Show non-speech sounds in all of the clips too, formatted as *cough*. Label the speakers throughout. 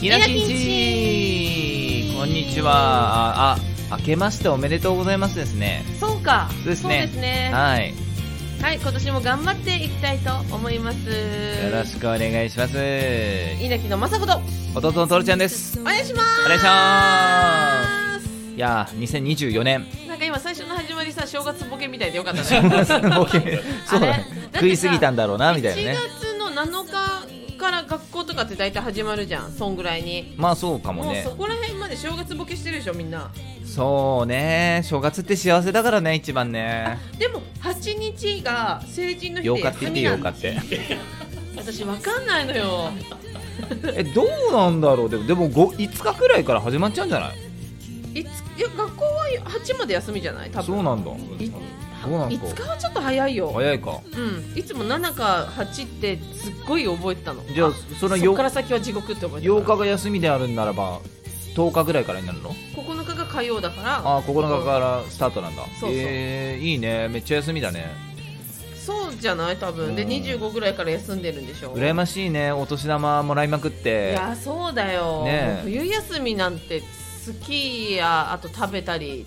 Speaker 1: ひなきんちこんにちはああ明けましておめでとうございますですね
Speaker 2: そうか。
Speaker 1: そうですね
Speaker 2: ね
Speaker 1: はいよ
Speaker 2: はい、今年も頑張っていきたいと思います。
Speaker 1: ろしくお願いします
Speaker 2: 稲城のまさこと、
Speaker 1: 弟のとるちゃんです
Speaker 2: お願いします。
Speaker 1: お願いしま
Speaker 2: ます。
Speaker 1: いやー2024年
Speaker 2: *laughs* なんか今最初の始まりさ、正月ボケみたいでよ
Speaker 1: *laughs*
Speaker 2: かったね。
Speaker 1: ボケそうだね
Speaker 2: だってさ
Speaker 1: 食いすぎたんだろうなみたいな
Speaker 2: 1
Speaker 1: ね
Speaker 2: 月の7日から学校とかって大体始まるじゃん、そんぐらいに。
Speaker 1: まあそうかも
Speaker 2: もう
Speaker 1: ね
Speaker 2: そこら辺まで正月ボケしてるでしょ、みんな。
Speaker 1: そうね正月って幸せだからね一番ね
Speaker 2: でも、8日が成人の日
Speaker 1: よ
Speaker 2: で
Speaker 1: かって言
Speaker 2: 休
Speaker 1: って
Speaker 2: み
Speaker 1: よ
Speaker 2: な
Speaker 1: か
Speaker 2: の。
Speaker 1: って
Speaker 2: 私、わかんないのよ。
Speaker 1: えどうなんだろうでもでも 5, 5日くらいから始まっちゃうんじゃない
Speaker 2: いついや学校は8まで休みじゃない多分
Speaker 1: そうなんだ
Speaker 2: い
Speaker 1: そうなんか
Speaker 2: 5日はちょっと早いよ、
Speaker 1: 早いか
Speaker 2: うん、いつも7か8ってすっごい覚えてたの
Speaker 1: じゃあそ
Speaker 2: そ
Speaker 1: の
Speaker 2: そっから
Speaker 1: よ
Speaker 2: 先は地獄って覚えてた
Speaker 1: 8日が休みであるんならば10日ぐらいからになるの
Speaker 2: 9日が火曜だから
Speaker 1: ああ9日からスタートなんだ
Speaker 2: そうそう
Speaker 1: えー、いいねめっちゃ休みだね
Speaker 2: そうじゃない多分で
Speaker 1: うん
Speaker 2: 25ぐらいから休んでるんでしょ
Speaker 1: 羨ましいねお年玉もらいまくっ
Speaker 2: い
Speaker 1: て
Speaker 2: やそうだよ、
Speaker 1: ねえ
Speaker 2: もう冬休みなんてスキーやあと食べたり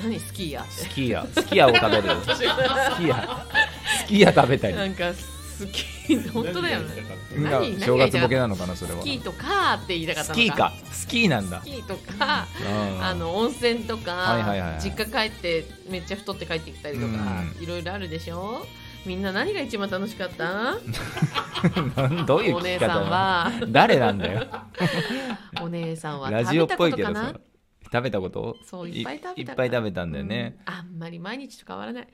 Speaker 2: 何スキーやっ
Speaker 1: スキーヤスキーヤを
Speaker 2: *laughs*
Speaker 1: 食べるスキーヤスキーヤ食べた
Speaker 2: てな
Speaker 1: り
Speaker 2: んかスキー本当だよね
Speaker 1: なんか
Speaker 2: 何
Speaker 1: 正月ボケなのかなそれは
Speaker 2: スキーとかって言いたかった
Speaker 1: ス
Speaker 2: の
Speaker 1: キーかスキーなんだ
Speaker 2: スキーとか
Speaker 1: うん
Speaker 2: あの温泉とか、
Speaker 1: はいはいはいはい
Speaker 2: 実家帰ってめっちゃ太って帰ってきたりとか、
Speaker 1: う
Speaker 2: いろいろあるでしょみんな何が一番楽しかった
Speaker 1: なん *laughs* どういう
Speaker 2: お
Speaker 1: 聞
Speaker 2: 姉
Speaker 1: き方
Speaker 2: さん
Speaker 1: な
Speaker 2: は
Speaker 1: の誰なんだ
Speaker 2: *laughs*
Speaker 1: よ
Speaker 2: お姉さんは
Speaker 1: ラ
Speaker 2: 食
Speaker 1: ジオ
Speaker 2: べ
Speaker 1: ったぽ
Speaker 2: こ
Speaker 1: い
Speaker 2: と
Speaker 1: け
Speaker 2: か
Speaker 1: ど
Speaker 2: な
Speaker 1: さ食べたこと
Speaker 2: そういっぱい食べた
Speaker 1: いっぱい食べたんだよね、、
Speaker 2: うんあんまり毎日と変わらない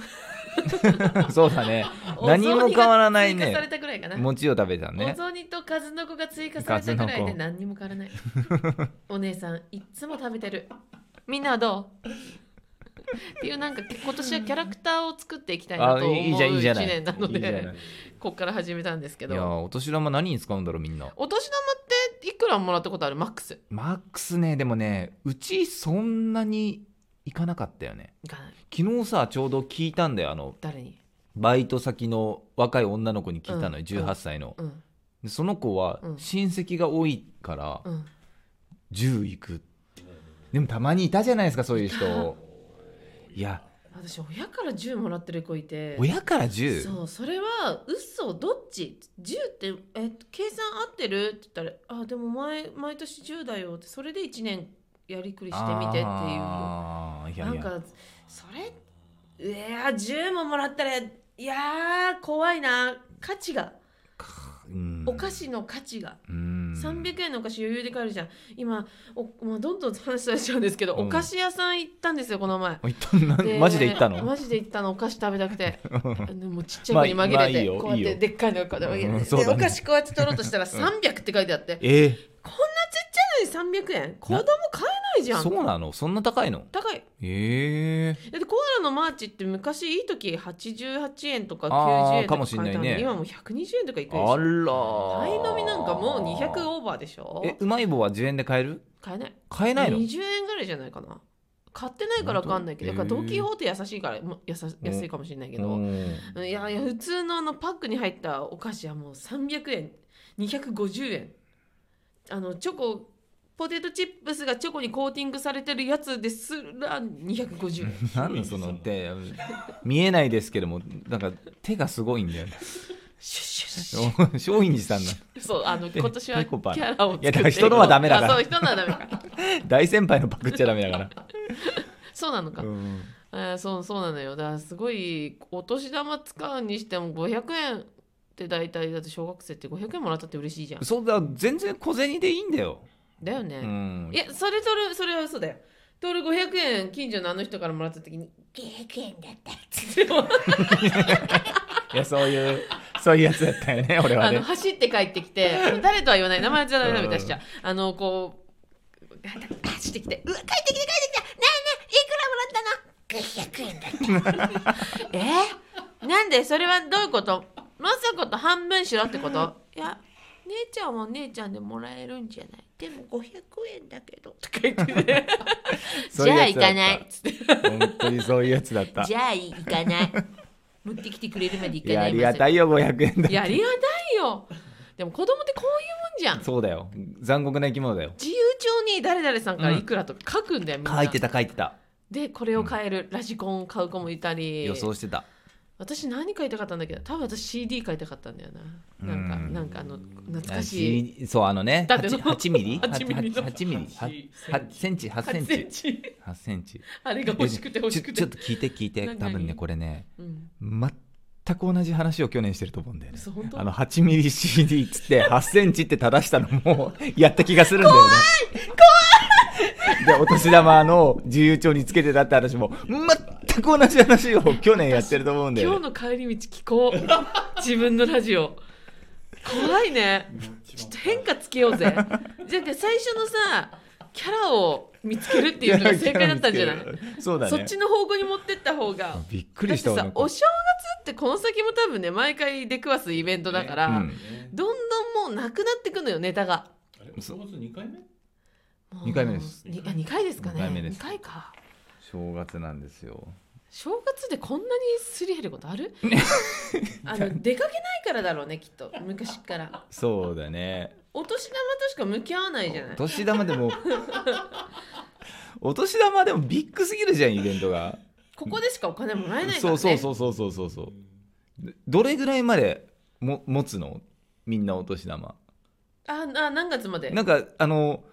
Speaker 1: *laughs* そうだ
Speaker 2: *laughs*
Speaker 1: ね何も変わらない
Speaker 2: お雑煮が追加され
Speaker 1: ね
Speaker 2: たぐら
Speaker 1: *laughs*
Speaker 2: いかな、
Speaker 1: 餅を食べた
Speaker 2: お
Speaker 1: ね
Speaker 2: 雑煮と数の子が追加されたぐらいで何にも変わらない
Speaker 1: *laughs*
Speaker 2: お姉さんいっつも食べてるみんなはどうっていうなんか今年はキャラクターを作っていきたいな
Speaker 1: あ
Speaker 2: と思う
Speaker 1: いい
Speaker 2: 一
Speaker 1: じゃんいいじゃないいい
Speaker 2: 年なの
Speaker 1: じゃない
Speaker 2: でこっから始めたんですけ
Speaker 1: いや
Speaker 2: ど
Speaker 1: お年玉何に使うんだろうみんな
Speaker 2: お年玉っていくらもらったことあるマックス
Speaker 1: マックスねでもねうちそんなにいかなかったよね
Speaker 2: いかない
Speaker 1: 昨日さちょうど聞いたんだよあの
Speaker 2: 誰に
Speaker 1: バイト先の若い女の子に聞いたのよ、
Speaker 2: うんうん
Speaker 1: 18歳の、
Speaker 2: うん
Speaker 1: でその子は
Speaker 2: うん
Speaker 1: 親戚が多いから
Speaker 2: うん
Speaker 1: 10いくでもたまにいたじゃないですかそういう人いや
Speaker 2: 私親から10もらってる子いて
Speaker 1: 親から 10?
Speaker 2: そうそれは嘘どっち10ってえ計算合ってるって言ったら「あでも毎毎年10だよ」ってそれで1年やりくりしてみてっていう
Speaker 1: あーいやいや
Speaker 2: なんかそれいやー10ももらったらいやー怖いな価値が
Speaker 1: うん
Speaker 2: お菓子の価値が。
Speaker 1: うん
Speaker 2: 300円のお菓子余裕で買えるじゃん今お、まあ、どんどん話されちゃうんですけど、
Speaker 1: うん
Speaker 2: お菓子屋さん行ったんですよこの前
Speaker 1: あ行ったなマジで行ったの
Speaker 2: マジで行ったのお菓子食べたくてあのもうちっちゃい子に
Speaker 1: まあ
Speaker 2: 紛れて、
Speaker 1: まあいいよ
Speaker 2: こうやっ
Speaker 1: いい
Speaker 2: て
Speaker 1: よ
Speaker 2: でっかいのをこうやって紛れて、
Speaker 1: うん
Speaker 2: で
Speaker 1: そうだね
Speaker 2: お菓子こうやって取ろうとしたら300って書いてあって、こんなちっ
Speaker 1: え
Speaker 2: ちゃいのに300円子供買えないじ
Speaker 1: ー
Speaker 2: ゃ
Speaker 1: そ
Speaker 2: ん
Speaker 1: うなのそんな高いの
Speaker 2: 高い
Speaker 1: え
Speaker 2: だってコアラのマーチって昔いい時88円とか
Speaker 1: あー
Speaker 2: 90円と
Speaker 1: かも
Speaker 2: か
Speaker 1: し
Speaker 2: 書
Speaker 1: ん
Speaker 2: い
Speaker 1: な
Speaker 2: てあ
Speaker 1: い
Speaker 2: るの
Speaker 1: ね
Speaker 2: に今もう120円とかいくでし
Speaker 1: ー、あ
Speaker 2: ょ
Speaker 1: ら
Speaker 2: パイ
Speaker 1: ー
Speaker 2: 飲みなんかもう200オーバーでしょ
Speaker 1: えうまい棒は10円で買える
Speaker 2: 買えない
Speaker 1: 買えないの
Speaker 2: 20円ぐらいじゃないかな買ってないから分かんないけどだ
Speaker 1: 本
Speaker 2: から
Speaker 1: 当
Speaker 2: ドン・キホーテ優しいからもうやさ
Speaker 1: うん
Speaker 2: 安いかもしれないけ
Speaker 1: う
Speaker 2: ど、
Speaker 1: ん
Speaker 2: いやいや普通のあのパックに入ったお菓子はもう300円250円あのチョコポテトチップスがチョコにコーティングされてるやつですら250円
Speaker 1: *laughs* 何その手見えないですけどもなんか手がすごいんだよね *laughs*
Speaker 2: シュッシュッシュッ
Speaker 1: お松陰寺さんの
Speaker 2: そうあの今年は
Speaker 1: ペ
Speaker 2: キ
Speaker 1: コパ
Speaker 2: ャラを作っ
Speaker 1: いや
Speaker 2: て
Speaker 1: だから人のはダメだから
Speaker 2: あそう人のはダメか
Speaker 1: 大先輩のパクっちゃダメだから、
Speaker 2: そうなのか、
Speaker 1: うん
Speaker 2: えーそうそうなのよだからすごいお年玉使うにしても500円って大体だって小学生って500円もらったって嬉しいじゃん
Speaker 1: そうだ全然小銭でいいんだよ、
Speaker 2: だよ
Speaker 1: う
Speaker 2: ね、
Speaker 1: ん
Speaker 2: い、やそれとるそれは嘘だよとる500円近所のあの人からもらった時に500円だったっつって
Speaker 1: いやそういうそういうやつだったよね俺は
Speaker 2: あの
Speaker 1: ね
Speaker 2: 走って帰ってきて誰とは言わない名前じゃダメダメ
Speaker 1: うん
Speaker 2: 出しちゃうあのこう走ってきて「うわ帰ってきて帰ってきたねえねえいくらもらったの?」500円だ
Speaker 1: *laughs*
Speaker 2: ったえなんでそれはどういうことまさこと半分しろってこといや姉ちゃんは姉ちゃんでもらえるんじゃないでも500円だけどとか言ってて
Speaker 1: *laughs* そう
Speaker 2: じ
Speaker 1: いう
Speaker 2: ゃあ
Speaker 1: やつだ
Speaker 2: 行
Speaker 1: った
Speaker 2: かないっつって
Speaker 1: 本当にそういうやつだった
Speaker 2: じゃあ行かない持ってきてくれるまで一
Speaker 1: い
Speaker 2: 回
Speaker 1: や、あ
Speaker 2: な
Speaker 1: り
Speaker 2: り
Speaker 1: が
Speaker 2: ます
Speaker 1: たいよ、500円だ
Speaker 2: い。やありがたいよでも子供ってこういうもんじゃん
Speaker 1: そうだよ。残酷な生き物だよ。
Speaker 2: 自由帳に誰々さんからいくらとか書くんだよ、みんな
Speaker 1: 書いてた、書いてた。
Speaker 2: でこれを買える、ラジコンを買う子もいたり
Speaker 1: 予想してた。
Speaker 2: 私何買いたかったんだけど多分私 CD 買いたかったんだよななんか
Speaker 1: うん
Speaker 2: なんかあの懐かしい
Speaker 1: い。そう、あのね、
Speaker 2: だって
Speaker 1: 8 8ミ *laughs* リ
Speaker 2: 8ミリの
Speaker 1: ?8 ミリ ?8 センチ ?8 セン
Speaker 2: 8セ
Speaker 1: チ
Speaker 2: ンチ
Speaker 1: ?8 センチ。
Speaker 2: あれが欲しくて欲しくて
Speaker 1: ちょちょっと聞いて聞いて
Speaker 2: 何
Speaker 1: 多分ね
Speaker 2: 何
Speaker 1: これね
Speaker 2: うん、
Speaker 1: 全く同じ話を去年してると思うんだよね
Speaker 2: そう本当
Speaker 1: あの 8mmCD っつって8センチって正したのもやった気がするんだよね怖い怖いでお年玉の自由帳につけてたって話も全く同じ話を去年やってると思うんだ
Speaker 2: 今
Speaker 1: よ
Speaker 2: 日
Speaker 1: ね
Speaker 2: の帰り道聞
Speaker 1: *laughs*
Speaker 2: こう自分のラジオ怖いねちょっと変化つけようぜじゃあ最初のさキャラを見つけるっていうのが正解だったんじゃない
Speaker 1: そうだね
Speaker 2: そっちの方向に持ってった方が
Speaker 1: びっくりしたわ
Speaker 2: だってさお正月ってこの先も多分ね毎回出くわすイベントだから、
Speaker 1: うん
Speaker 2: どんどんもうなくなってくのよネタが
Speaker 3: あれお正月二回目
Speaker 2: もう
Speaker 1: 二回目です
Speaker 2: にあ二回ですか
Speaker 1: 二
Speaker 2: ね
Speaker 1: 回目です
Speaker 2: 二回か
Speaker 1: 正月なんですよ
Speaker 2: 正月でこんなにすり減ること
Speaker 1: *laughs*
Speaker 2: あるあの出かけないからだろうねきっと昔から
Speaker 1: そうだね
Speaker 2: お年玉としか向き合わないじゃない
Speaker 1: お年玉
Speaker 2: *laughs*
Speaker 1: でもお年玉でもビッグすぎるじゃんイベントが
Speaker 2: ここでしかお金もらえないからね
Speaker 1: そうそうそうそうそうそうそうでどれぐらいまでも持つのみんなお年玉
Speaker 2: ああ何月まで
Speaker 1: なんかあの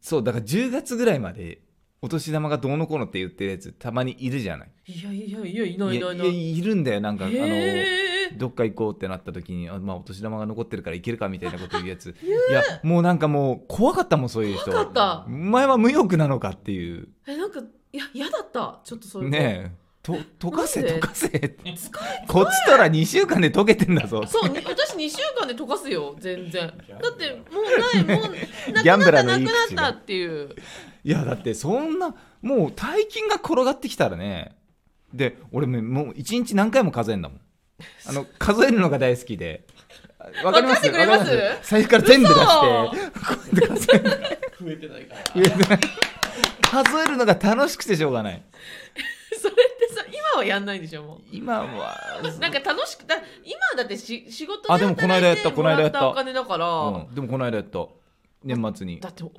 Speaker 1: そうだから10月ぐらいまでお年玉がどうのこうのって言ってるやつたまにいるじゃない
Speaker 2: いやいやいやいないいないいな
Speaker 1: や
Speaker 2: い
Speaker 1: い
Speaker 2: い
Speaker 1: やいるんだよなんかあの
Speaker 2: へえ
Speaker 1: どっか行こうってなった時にあ、まあ、お年玉が残ってるから行けるかみたいなこと言うやついやもうなんかもう怖かったもんそういう人
Speaker 2: 怖かった
Speaker 1: お前は無欲なのかっていう
Speaker 2: えなんかいや嫌だったちょっとそういうの
Speaker 1: ねえと溶かせ
Speaker 2: なん
Speaker 1: 溶
Speaker 2: で
Speaker 1: かせって
Speaker 2: 使え
Speaker 1: こっちとら2週間で溶けてんだぞ
Speaker 2: そうに私2週間で溶かすよ全然だってもうないもうなく
Speaker 1: ギャン
Speaker 2: なっ
Speaker 1: ブラ
Speaker 2: た
Speaker 1: ーの
Speaker 2: なく
Speaker 1: いい
Speaker 2: な
Speaker 1: 口が
Speaker 2: ったっていう
Speaker 1: いやだってそんなもう大金が転がってきたらねで俺ももう一日何回も数えるんだもんあ
Speaker 2: *laughs*
Speaker 1: の数えるのが大好きでわかります
Speaker 2: わかってくれます
Speaker 1: わかり財布から全部出してこうやって数える
Speaker 3: 増えてないから。
Speaker 1: 数えるのが楽しくてしょうがない
Speaker 2: それってさ今はやんないんでしょもう
Speaker 1: 今は
Speaker 2: *laughs* なんか楽しくだ今だってし仕事
Speaker 1: あでもこの間やったこの間やった
Speaker 2: もらお金だから、
Speaker 1: うん、でもこの間やった年末に
Speaker 2: だってお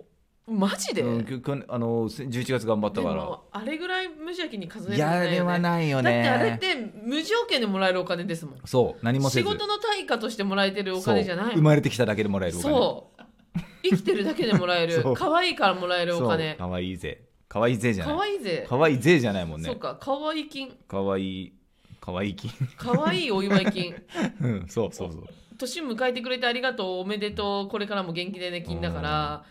Speaker 2: マジで、
Speaker 1: うんきゅきゅあの11月頑張った
Speaker 2: で
Speaker 1: か
Speaker 2: もあれぐらい無邪気に数え
Speaker 1: ら
Speaker 2: る
Speaker 1: やれはないよね
Speaker 2: だってあれって無条件でもらえるお金ですもん
Speaker 1: そう何もせ
Speaker 2: 仕
Speaker 1: ず
Speaker 2: 事の対価としてもらえてるお金じゃな
Speaker 1: そう
Speaker 2: い
Speaker 1: 生まれてきただけでもらえるお金
Speaker 2: そう生きてるだけでもらえ
Speaker 1: *laughs*
Speaker 2: る
Speaker 1: そう
Speaker 2: 可愛いからもらえるお金
Speaker 1: かわいいぜかわいいぜじゃない
Speaker 2: 可愛いぜ
Speaker 1: かわいいぜじゃないもん
Speaker 2: そう
Speaker 1: ね
Speaker 2: か可愛い金
Speaker 1: かわいいかわいい金
Speaker 2: 可愛いお祝い金
Speaker 1: うんそうそうそう
Speaker 2: 年迎えてくれてありがとうおめでとうこれからも元気でね金だから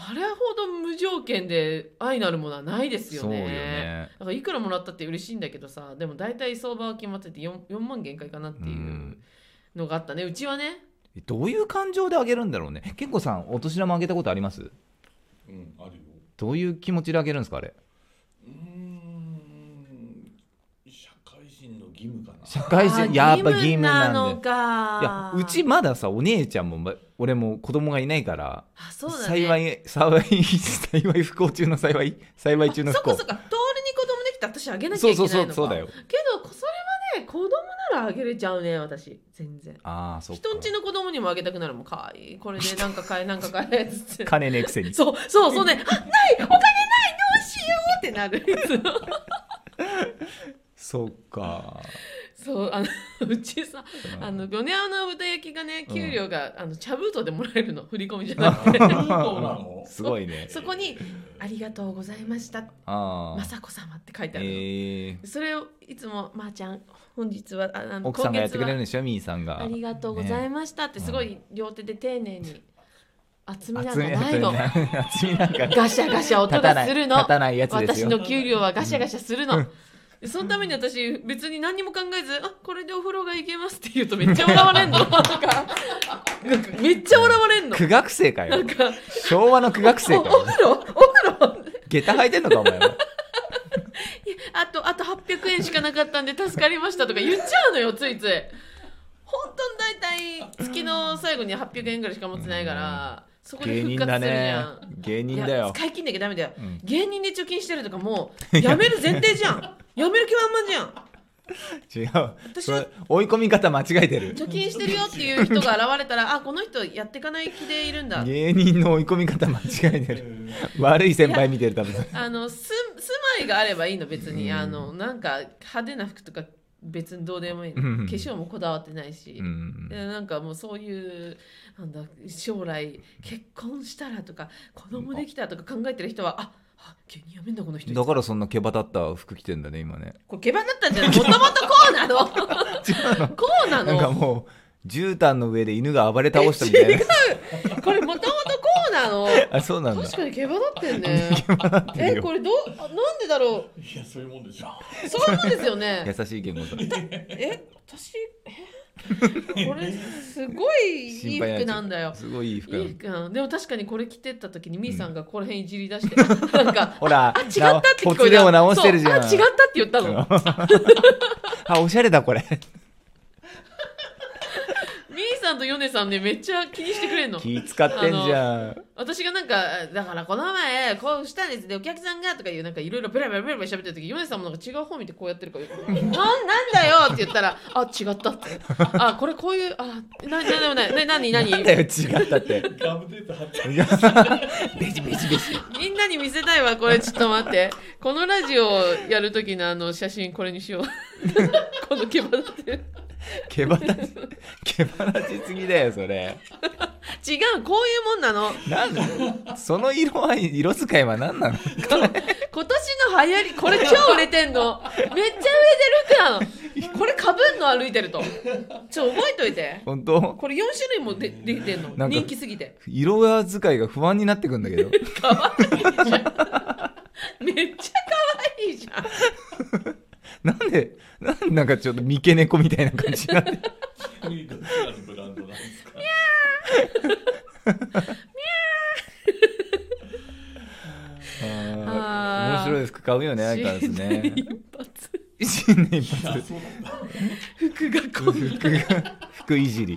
Speaker 2: あれほど無条件で愛なるものはないですよ
Speaker 1: そう
Speaker 2: ね
Speaker 1: よね
Speaker 2: だからいくらもらったって嬉しいんだけどさでも大体相場は決まってて 4, 4万限界かなっていうのがあったねうちはね
Speaker 1: どういう感情であげるんだろうね健吾さんお年玉あげたことあります
Speaker 3: うん、あるよ。
Speaker 1: どういう気持ちであげるんですかあれ
Speaker 3: うーん、社会人の義務かな。
Speaker 1: 社会
Speaker 2: あ
Speaker 1: 人
Speaker 2: ー
Speaker 1: やっぱ義務な
Speaker 2: 義務なの
Speaker 1: んでいや
Speaker 2: か
Speaker 1: うちまださお姉ちゃんもま俺も子供がいないから、
Speaker 2: あそうだね
Speaker 1: 幸い幸い幸い不幸中の幸い幸い中の
Speaker 2: そ
Speaker 1: 不
Speaker 2: っか
Speaker 1: 幸
Speaker 2: そっか徹に子供できた私あげなきゃ
Speaker 1: そ
Speaker 2: いけ
Speaker 1: う
Speaker 2: ない
Speaker 1: そう
Speaker 2: のか
Speaker 1: そうそうだよ
Speaker 2: けどそれはね子供ならあげれちゃうね私全然
Speaker 1: ああそっか
Speaker 2: 人んちの子供にもあげたくなるもんかわいいこれでなん
Speaker 1: *laughs*
Speaker 2: か買えなんか買えっつって
Speaker 1: 金ねえくせに
Speaker 2: そうそうそうねあないお金ないどうしようってなるい
Speaker 1: *laughs*
Speaker 2: つも
Speaker 1: そっか
Speaker 2: そうあのうちさあの米アナ豚焼きがね給料が、あの茶封筒でもらえるの振り込みじゃなくて
Speaker 3: そうなの
Speaker 1: すごいね
Speaker 2: *laughs* そこに「ありがとうございました
Speaker 1: ああ
Speaker 2: 雅子様」って書いてあるの、
Speaker 1: ええ
Speaker 2: それをいつも「まー、ちゃん本日はああの
Speaker 1: 奥さんがやってくれるん
Speaker 2: 今
Speaker 1: でしょみーさん
Speaker 2: 月は
Speaker 1: が
Speaker 2: ありがとうございました」って
Speaker 1: ね
Speaker 2: すごい両手で丁寧に厚みなん
Speaker 1: 厚
Speaker 2: か
Speaker 1: みな
Speaker 2: ないの
Speaker 1: んか厚みなんか
Speaker 2: ガシャガシャ音
Speaker 1: 立たな
Speaker 2: が
Speaker 1: い
Speaker 2: する
Speaker 1: 立
Speaker 2: の
Speaker 1: たないやつです
Speaker 2: 私
Speaker 1: よ
Speaker 2: の給料はガシャガシャするの。でそのために私別に何にも考えず「あこれでお風呂が行けます」って言うとめっちゃ笑われ
Speaker 1: *laughs*
Speaker 2: んのとかめっちゃ笑われんの
Speaker 1: 苦学生か
Speaker 2: な
Speaker 1: よ
Speaker 2: んか
Speaker 1: 昭和の苦学生
Speaker 2: お
Speaker 1: か
Speaker 2: お
Speaker 1: よ
Speaker 2: 風呂お風呂
Speaker 1: 下駄履いてんのかお
Speaker 2: *laughs*
Speaker 1: 前は
Speaker 2: あとあと800円しかなかったんで助かりましたとか言っちゃうのよついつい本当に大体月の最後に800円ぐらいしか持ってないからそこで
Speaker 1: 芸
Speaker 2: 復
Speaker 1: 人
Speaker 2: 活
Speaker 1: だ
Speaker 2: するじ
Speaker 1: ね
Speaker 2: ゃん
Speaker 1: 芸人
Speaker 2: いや
Speaker 1: だよ
Speaker 2: 使い切んなきゃダメだよ、
Speaker 1: うん
Speaker 2: 芸人で貯金してるとかもうやめる前提じゃんやめる気満々じゃん
Speaker 1: 違う
Speaker 2: 私
Speaker 1: そ
Speaker 2: は
Speaker 1: れ追い込み方間違えてる
Speaker 2: 貯金してるよっていう人が現れたらあこの人やっていかない気でいるんだ
Speaker 1: 芸人の追い込み方間違えてる悪い先輩見てる多分
Speaker 2: あのす住まいがあればいいの別に、
Speaker 1: うん
Speaker 2: あのなんか派手な服とか別にどうでもいい、
Speaker 1: うん
Speaker 2: 化粧もこだわってないし、
Speaker 1: うん
Speaker 2: でなんかもうそういうなんだ将来結婚したらとか子供できたらとか考えてる人はああ急にやめんだこの人
Speaker 1: だからそんな毛羽立った服着てんだね今ね
Speaker 2: これ下番だったんじゃない
Speaker 1: *laughs*
Speaker 2: もともとこうなの
Speaker 1: 違うの
Speaker 2: こうな
Speaker 1: なんか
Speaker 2: の
Speaker 1: もう絨毯の上で犬が暴れ倒したみ
Speaker 2: *laughs*
Speaker 1: たいな
Speaker 2: これもともとこうなの
Speaker 1: あそうなんだ
Speaker 2: 確かに下馬だってんね
Speaker 1: ってるよ
Speaker 2: えこれどうあなんでだろ
Speaker 3: いやそういうもんでしょ
Speaker 2: うそういうもんですよね
Speaker 1: 優しい言語さん
Speaker 2: え私えこれすごいいい
Speaker 1: 心配
Speaker 2: 服
Speaker 1: になっちゃう
Speaker 2: なんだよ
Speaker 1: すごいいい
Speaker 2: い
Speaker 1: 服ないの
Speaker 2: 服なのでも確かにこれ着てった時にみーさんがこの辺いじり出して、 *laughs* なんか
Speaker 1: ほら
Speaker 2: あ違ったって
Speaker 1: ほ
Speaker 2: 聞こ
Speaker 1: つ
Speaker 2: え
Speaker 1: れ
Speaker 2: た
Speaker 1: を直してるじゃん
Speaker 2: そうあ違ったって言ったの
Speaker 1: あおしゃれだこれ
Speaker 2: みーさんとヨネさんねめっちゃ気にしてくれんの
Speaker 1: 気使ってんじゃん
Speaker 2: 私がなんかだからこの前こうしたんですでお客さんがとかいうなんかいろいろベラベラベラベラ喋ってる時ヨネさんもなんか違う方見てこうやってるから「なんなんだよ!」って言ったら「あ違った」って「あこれこういうあななななな何何
Speaker 1: なんだよ違ったって
Speaker 3: ガムテープ貼って
Speaker 1: いやベチベチベチ
Speaker 2: みんなに見せたいわこれちょっと待ってこのラジオをやる時のあの写真これにしようこの毛羽立ってる
Speaker 1: 毛羽立ち毛羽立ちすぎだよそれ
Speaker 2: 違うこういうもんなの
Speaker 1: なんだその色合い色使いは何なの
Speaker 2: 今年の流行りこれ超売れてんのめっちゃ売れてる服なのこれかぶんの歩いてるとちょ覚えといて
Speaker 1: 本当
Speaker 2: これ4種類もでできてんの
Speaker 1: なんか
Speaker 2: 人気すぎて *laughs*
Speaker 1: 色合い使いが不安になってくんだけど
Speaker 2: めっちゃ可愛いじゃん
Speaker 1: なんでなんなんかちょっと三毛猫みたいな感じになってる
Speaker 3: これどちらのブランドなんですか
Speaker 1: あー面
Speaker 2: あー
Speaker 1: 白い服買うよね相変わらずね
Speaker 2: 一発
Speaker 1: 新年一発
Speaker 3: そうなんだ
Speaker 2: 服がこんな
Speaker 1: 服が服いじり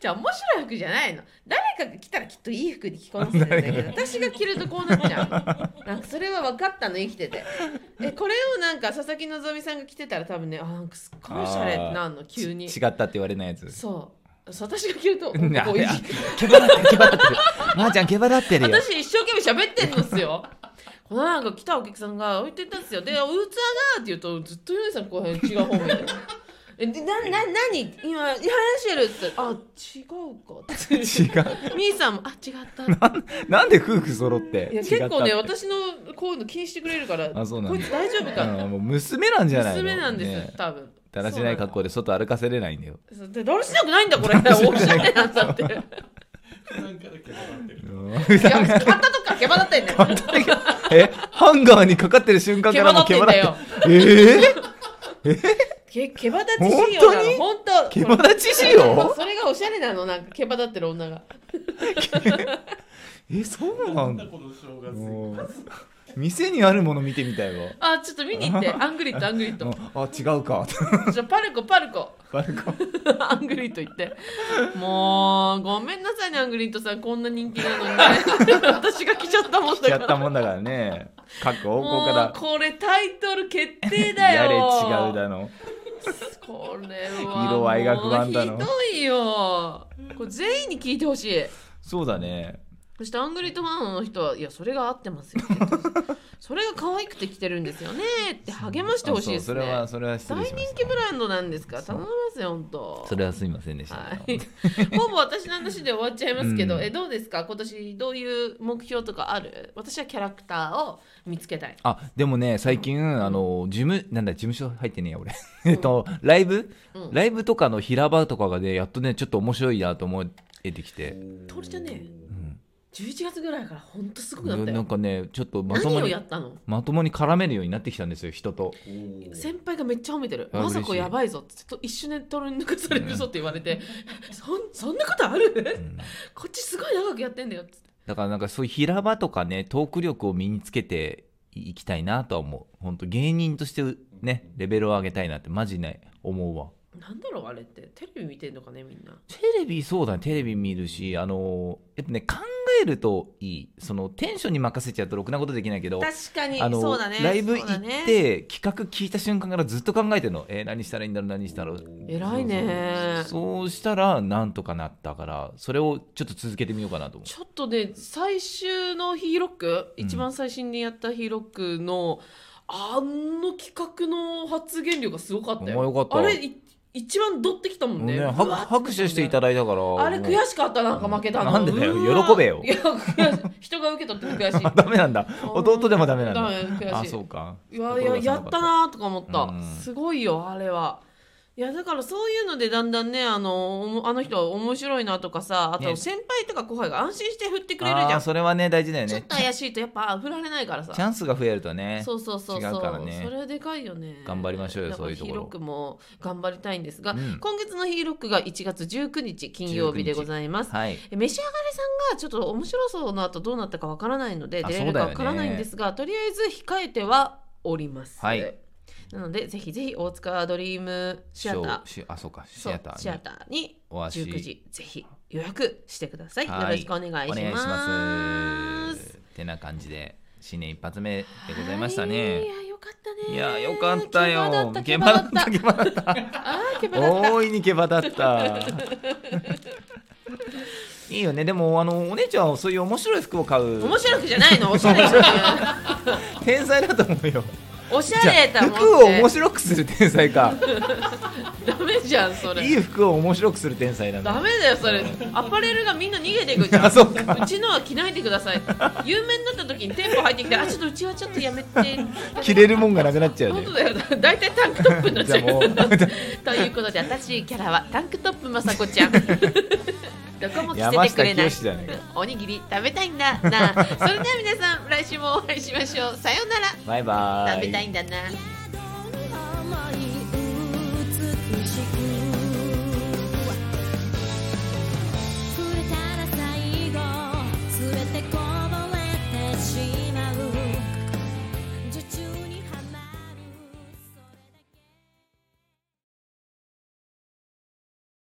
Speaker 2: じゃあ面白い服じゃないの誰かが着たらきっといい服に着こなせてるん
Speaker 1: *laughs*
Speaker 2: だけど私が着るとこうなっちゃうのなんかそれは分かったの生きててえこれをなんか佐々木希さんが着てたら多分ねあなんかすっごいおしゃれってなんの急に
Speaker 1: ち違ったって言われないやつ
Speaker 2: そうそう私が着る
Speaker 1: *laughs*
Speaker 2: と
Speaker 1: うんあ
Speaker 2: こうい
Speaker 1: れ
Speaker 2: い
Speaker 1: あ毛羽立ってる毛羽立ってるまーちゃん毛羽立ってるよ
Speaker 2: 私一生懸命喋ってんのっすよ *laughs* このなんか来たお客さんが置いてったんですよで「器が」って言うとずっとヨネさんこういう違う方面で *laughs* 「えでなな何今話してる」って「あ違うか」 *laughs* って
Speaker 1: 違う
Speaker 2: みーさんも「あ違った」って
Speaker 1: なんで夫婦揃って
Speaker 2: いや
Speaker 1: 違った
Speaker 2: 結構ね
Speaker 1: って
Speaker 2: 私のこういうの気にしてくれるから
Speaker 1: あそうなんだ
Speaker 2: こいつ大丈夫か
Speaker 1: うんもう娘なんじゃないの
Speaker 2: 娘なんですよ、
Speaker 1: ね
Speaker 2: 多分
Speaker 1: だらしない格好で外歩かせれないんだよ
Speaker 2: そうでだらしなくないんだこ
Speaker 1: *laughs*
Speaker 2: れおしゃれなんだっていや
Speaker 3: なんかだけ笑ってる
Speaker 2: 買ったとか毛羽立ってんね
Speaker 1: えハンガーにかかってる瞬間からもう
Speaker 2: 毛羽立ってんだよ
Speaker 1: 毛羽立って
Speaker 2: け毛羽立ち仕様なの本当
Speaker 1: えー、毛羽立ち仕様
Speaker 2: それがおしゃれなのなんか毛羽立ってる女が
Speaker 1: えそうな
Speaker 3: なんんだ
Speaker 1: だ
Speaker 3: この正
Speaker 1: も
Speaker 3: 月
Speaker 1: う店にあるもの見てみたいわ
Speaker 2: あちょっと見に行 *laughs* ってアングリットアングリット
Speaker 1: あ違うか
Speaker 2: じゃあパルコパルコ *laughs*
Speaker 1: バルコン
Speaker 2: アングリット行ってもうごめんなさいねアングリットさんこんな人気なのに *laughs* ね私が来ちゃったもんだ
Speaker 1: や
Speaker 2: か
Speaker 1: っ
Speaker 2: ら
Speaker 1: たもんだからね各方向
Speaker 2: もう
Speaker 1: か
Speaker 2: これタイトル決定
Speaker 1: ら
Speaker 2: だよ
Speaker 1: やれ違うだの
Speaker 2: これは
Speaker 1: 色合いが不安だ
Speaker 2: も
Speaker 1: の
Speaker 2: うひどいよこれ全員に聞いてほしい
Speaker 1: そうだね
Speaker 2: そしてアングリットファンの人はいやそれが合ってますよそれが可愛くて着てるんですよねって励ましてほしいで
Speaker 1: あそ
Speaker 2: す
Speaker 1: うそ
Speaker 2: ね
Speaker 1: れはそれは失
Speaker 2: 大
Speaker 1: 礼し
Speaker 2: 人
Speaker 1: ました
Speaker 2: 気ブランドなんですから
Speaker 1: そう
Speaker 2: 頼みますよ本当
Speaker 1: それはすみませんでした、
Speaker 2: はい、ほぼ私の話で終わっちゃいますけど、
Speaker 1: うん
Speaker 2: えどうですか今年どういう目標とかある私はキャラクターを見つけたい
Speaker 1: あでもね最近あの事務なんだ事務所入ってねえや俺 *laughs* えっとライブ、
Speaker 2: うん
Speaker 1: ライブとかの平場とかがねやっとねちょっと面白いなと思えてきて、
Speaker 2: トルちゃんね
Speaker 1: うん
Speaker 2: 11月ぐらいから本当すごくなった
Speaker 1: な
Speaker 2: よ
Speaker 1: んかねちょっとまと
Speaker 2: 何
Speaker 1: も
Speaker 2: を
Speaker 1: に
Speaker 2: やったの
Speaker 1: まともに絡めるようになってきたんですよ人
Speaker 2: *laughs*
Speaker 1: と
Speaker 3: おー
Speaker 2: 先輩がめっちゃ褒めてる「
Speaker 1: あ
Speaker 2: まさ
Speaker 1: 嬉
Speaker 2: こ
Speaker 1: しい
Speaker 2: やばいぞ」ってちょっと一瞬でトルに抜かされるぞって言われて「 *laughs* そんそんなことある、こっちすごい長くやってんだよ」っつって
Speaker 1: だからなんかそういう平場とかねトーク力を身につけていきたいなとは思う本当芸人としてねレベルを上げたいなってマジね思うわ
Speaker 2: なんだろうあれってテレビ見てんのかねみんな
Speaker 1: テレビそうだねテレビ見るしあのやっぱね考えるといいそのテンションに任せちゃうとろくなことできないけど
Speaker 2: 確かに
Speaker 1: あの
Speaker 2: そうだね
Speaker 1: ライブ行
Speaker 2: そう
Speaker 1: って、
Speaker 2: だね
Speaker 1: 企画聞いた瞬間からずっと考えてるの、えー何したらいいんだろう何したら
Speaker 2: 偉いね
Speaker 1: そうしたらなんとかなったからそれをちょっと続けてみようかなと思
Speaker 2: ちょっとね最終のヒーロック、
Speaker 1: うん
Speaker 2: 一番最新にやったヒーロックのあの企画の発言量がすごかったよ
Speaker 1: お前よかった
Speaker 2: あれい一番どってきたも
Speaker 1: う、
Speaker 2: んね
Speaker 1: ね、は
Speaker 2: うわーって
Speaker 1: 拍手していただいたから
Speaker 2: あれ悔しかったなんか負けたの
Speaker 1: なんでだよ
Speaker 2: うわー
Speaker 1: 喜べよ
Speaker 2: いや悔しい人が受け取っても悔しい
Speaker 1: *laughs* ダメなんだ弟でもダメなん
Speaker 2: ダ
Speaker 1: だ
Speaker 2: メ悔
Speaker 1: あ
Speaker 2: しい
Speaker 1: そうか
Speaker 2: いやいややったなーとか思った、
Speaker 1: うん
Speaker 2: すごいよあれはいやだからそういうのでだんだんねあのおもあの人は面白いなとかさあと
Speaker 1: ね
Speaker 2: 先輩とか後輩が安心して振ってくれるじ
Speaker 1: あ
Speaker 2: ゃ
Speaker 1: ー
Speaker 2: ん、
Speaker 1: それはね大事だよ
Speaker 2: ちょっ
Speaker 1: ね
Speaker 2: と怪しいとやっぱ振られないからさ
Speaker 1: チャンスが増えるとね
Speaker 2: そうそうそう
Speaker 1: 違
Speaker 2: そう
Speaker 1: からね
Speaker 2: それはでかいよね
Speaker 1: 頑張りましょうよ
Speaker 2: だから
Speaker 1: そういうところ
Speaker 2: ヒーロックも頑張りたいんですが、
Speaker 1: うん
Speaker 2: 今月のヒーロックが1月19日金曜日でございます
Speaker 1: はい
Speaker 2: え召し上がれさんがちょっと面白そうな後どうなったかわからないので
Speaker 1: あ
Speaker 2: 出れる
Speaker 1: そうだ
Speaker 2: か
Speaker 1: よ
Speaker 2: わ
Speaker 1: ね
Speaker 2: からないんですが、とりあえず控えてはおります、
Speaker 1: はい
Speaker 2: なのでぜひぜひ大塚ドリームシアター
Speaker 1: ショーシあそうかシ
Speaker 2: そう
Speaker 1: アター
Speaker 2: シアターに
Speaker 1: お足
Speaker 2: 19時ぜひ予約してください、
Speaker 1: はい
Speaker 2: よろしくお願い
Speaker 1: お願い
Speaker 2: し
Speaker 1: しま
Speaker 2: ますす。
Speaker 1: てな感じで新年一発目でございましたね
Speaker 2: はいい。やよかったね
Speaker 1: いやよかったよ。
Speaker 2: 毛
Speaker 1: 毛
Speaker 2: 羽
Speaker 1: 羽
Speaker 2: だ
Speaker 1: だっ
Speaker 2: っ
Speaker 1: たた
Speaker 2: 毛
Speaker 1: 毛羽だ
Speaker 2: *laughs*
Speaker 1: った。
Speaker 2: 羽だったあー毛羽だった
Speaker 1: 大いに毛羽だ
Speaker 2: *laughs*
Speaker 1: った。いいよね。でもあのお姉ちゃんはそういう面白い服を買う。
Speaker 2: 面白くじゃないのおしゃれじゃない
Speaker 1: 天才だと思うよ。
Speaker 2: おしゃれだもん
Speaker 1: 服を面白くする天才
Speaker 2: *laughs*
Speaker 1: か。
Speaker 2: ダメじゃんそれ
Speaker 1: いい服を面白くする天才だね。
Speaker 2: ダメだよそれアパレルがみんな逃げていくじゃ
Speaker 1: *laughs*
Speaker 2: ん
Speaker 1: あそうか
Speaker 2: ちのは着ないでください有名になった時に店舗入ってきてあちょっとうちはちょっとやめて
Speaker 1: 着れるもんがなくなっちゃう
Speaker 2: 本
Speaker 1: ね
Speaker 2: 当。だよだ大体タンクトップになっち
Speaker 1: じゃあ
Speaker 2: ゃ
Speaker 1: もう
Speaker 2: う *laughs* ということで私キャラはタンクトップまさこちゃん
Speaker 1: *laughs*
Speaker 2: どこも着せ
Speaker 1: 山
Speaker 2: てく
Speaker 1: 下
Speaker 2: れない
Speaker 1: 清じゃないか。
Speaker 2: おにぎり食べたい
Speaker 1: *laughs*
Speaker 2: んだなあそれでは皆さん来週もお会いしましょうさようなら
Speaker 1: バイバイ。
Speaker 2: 食べたいんだな
Speaker 4: 思い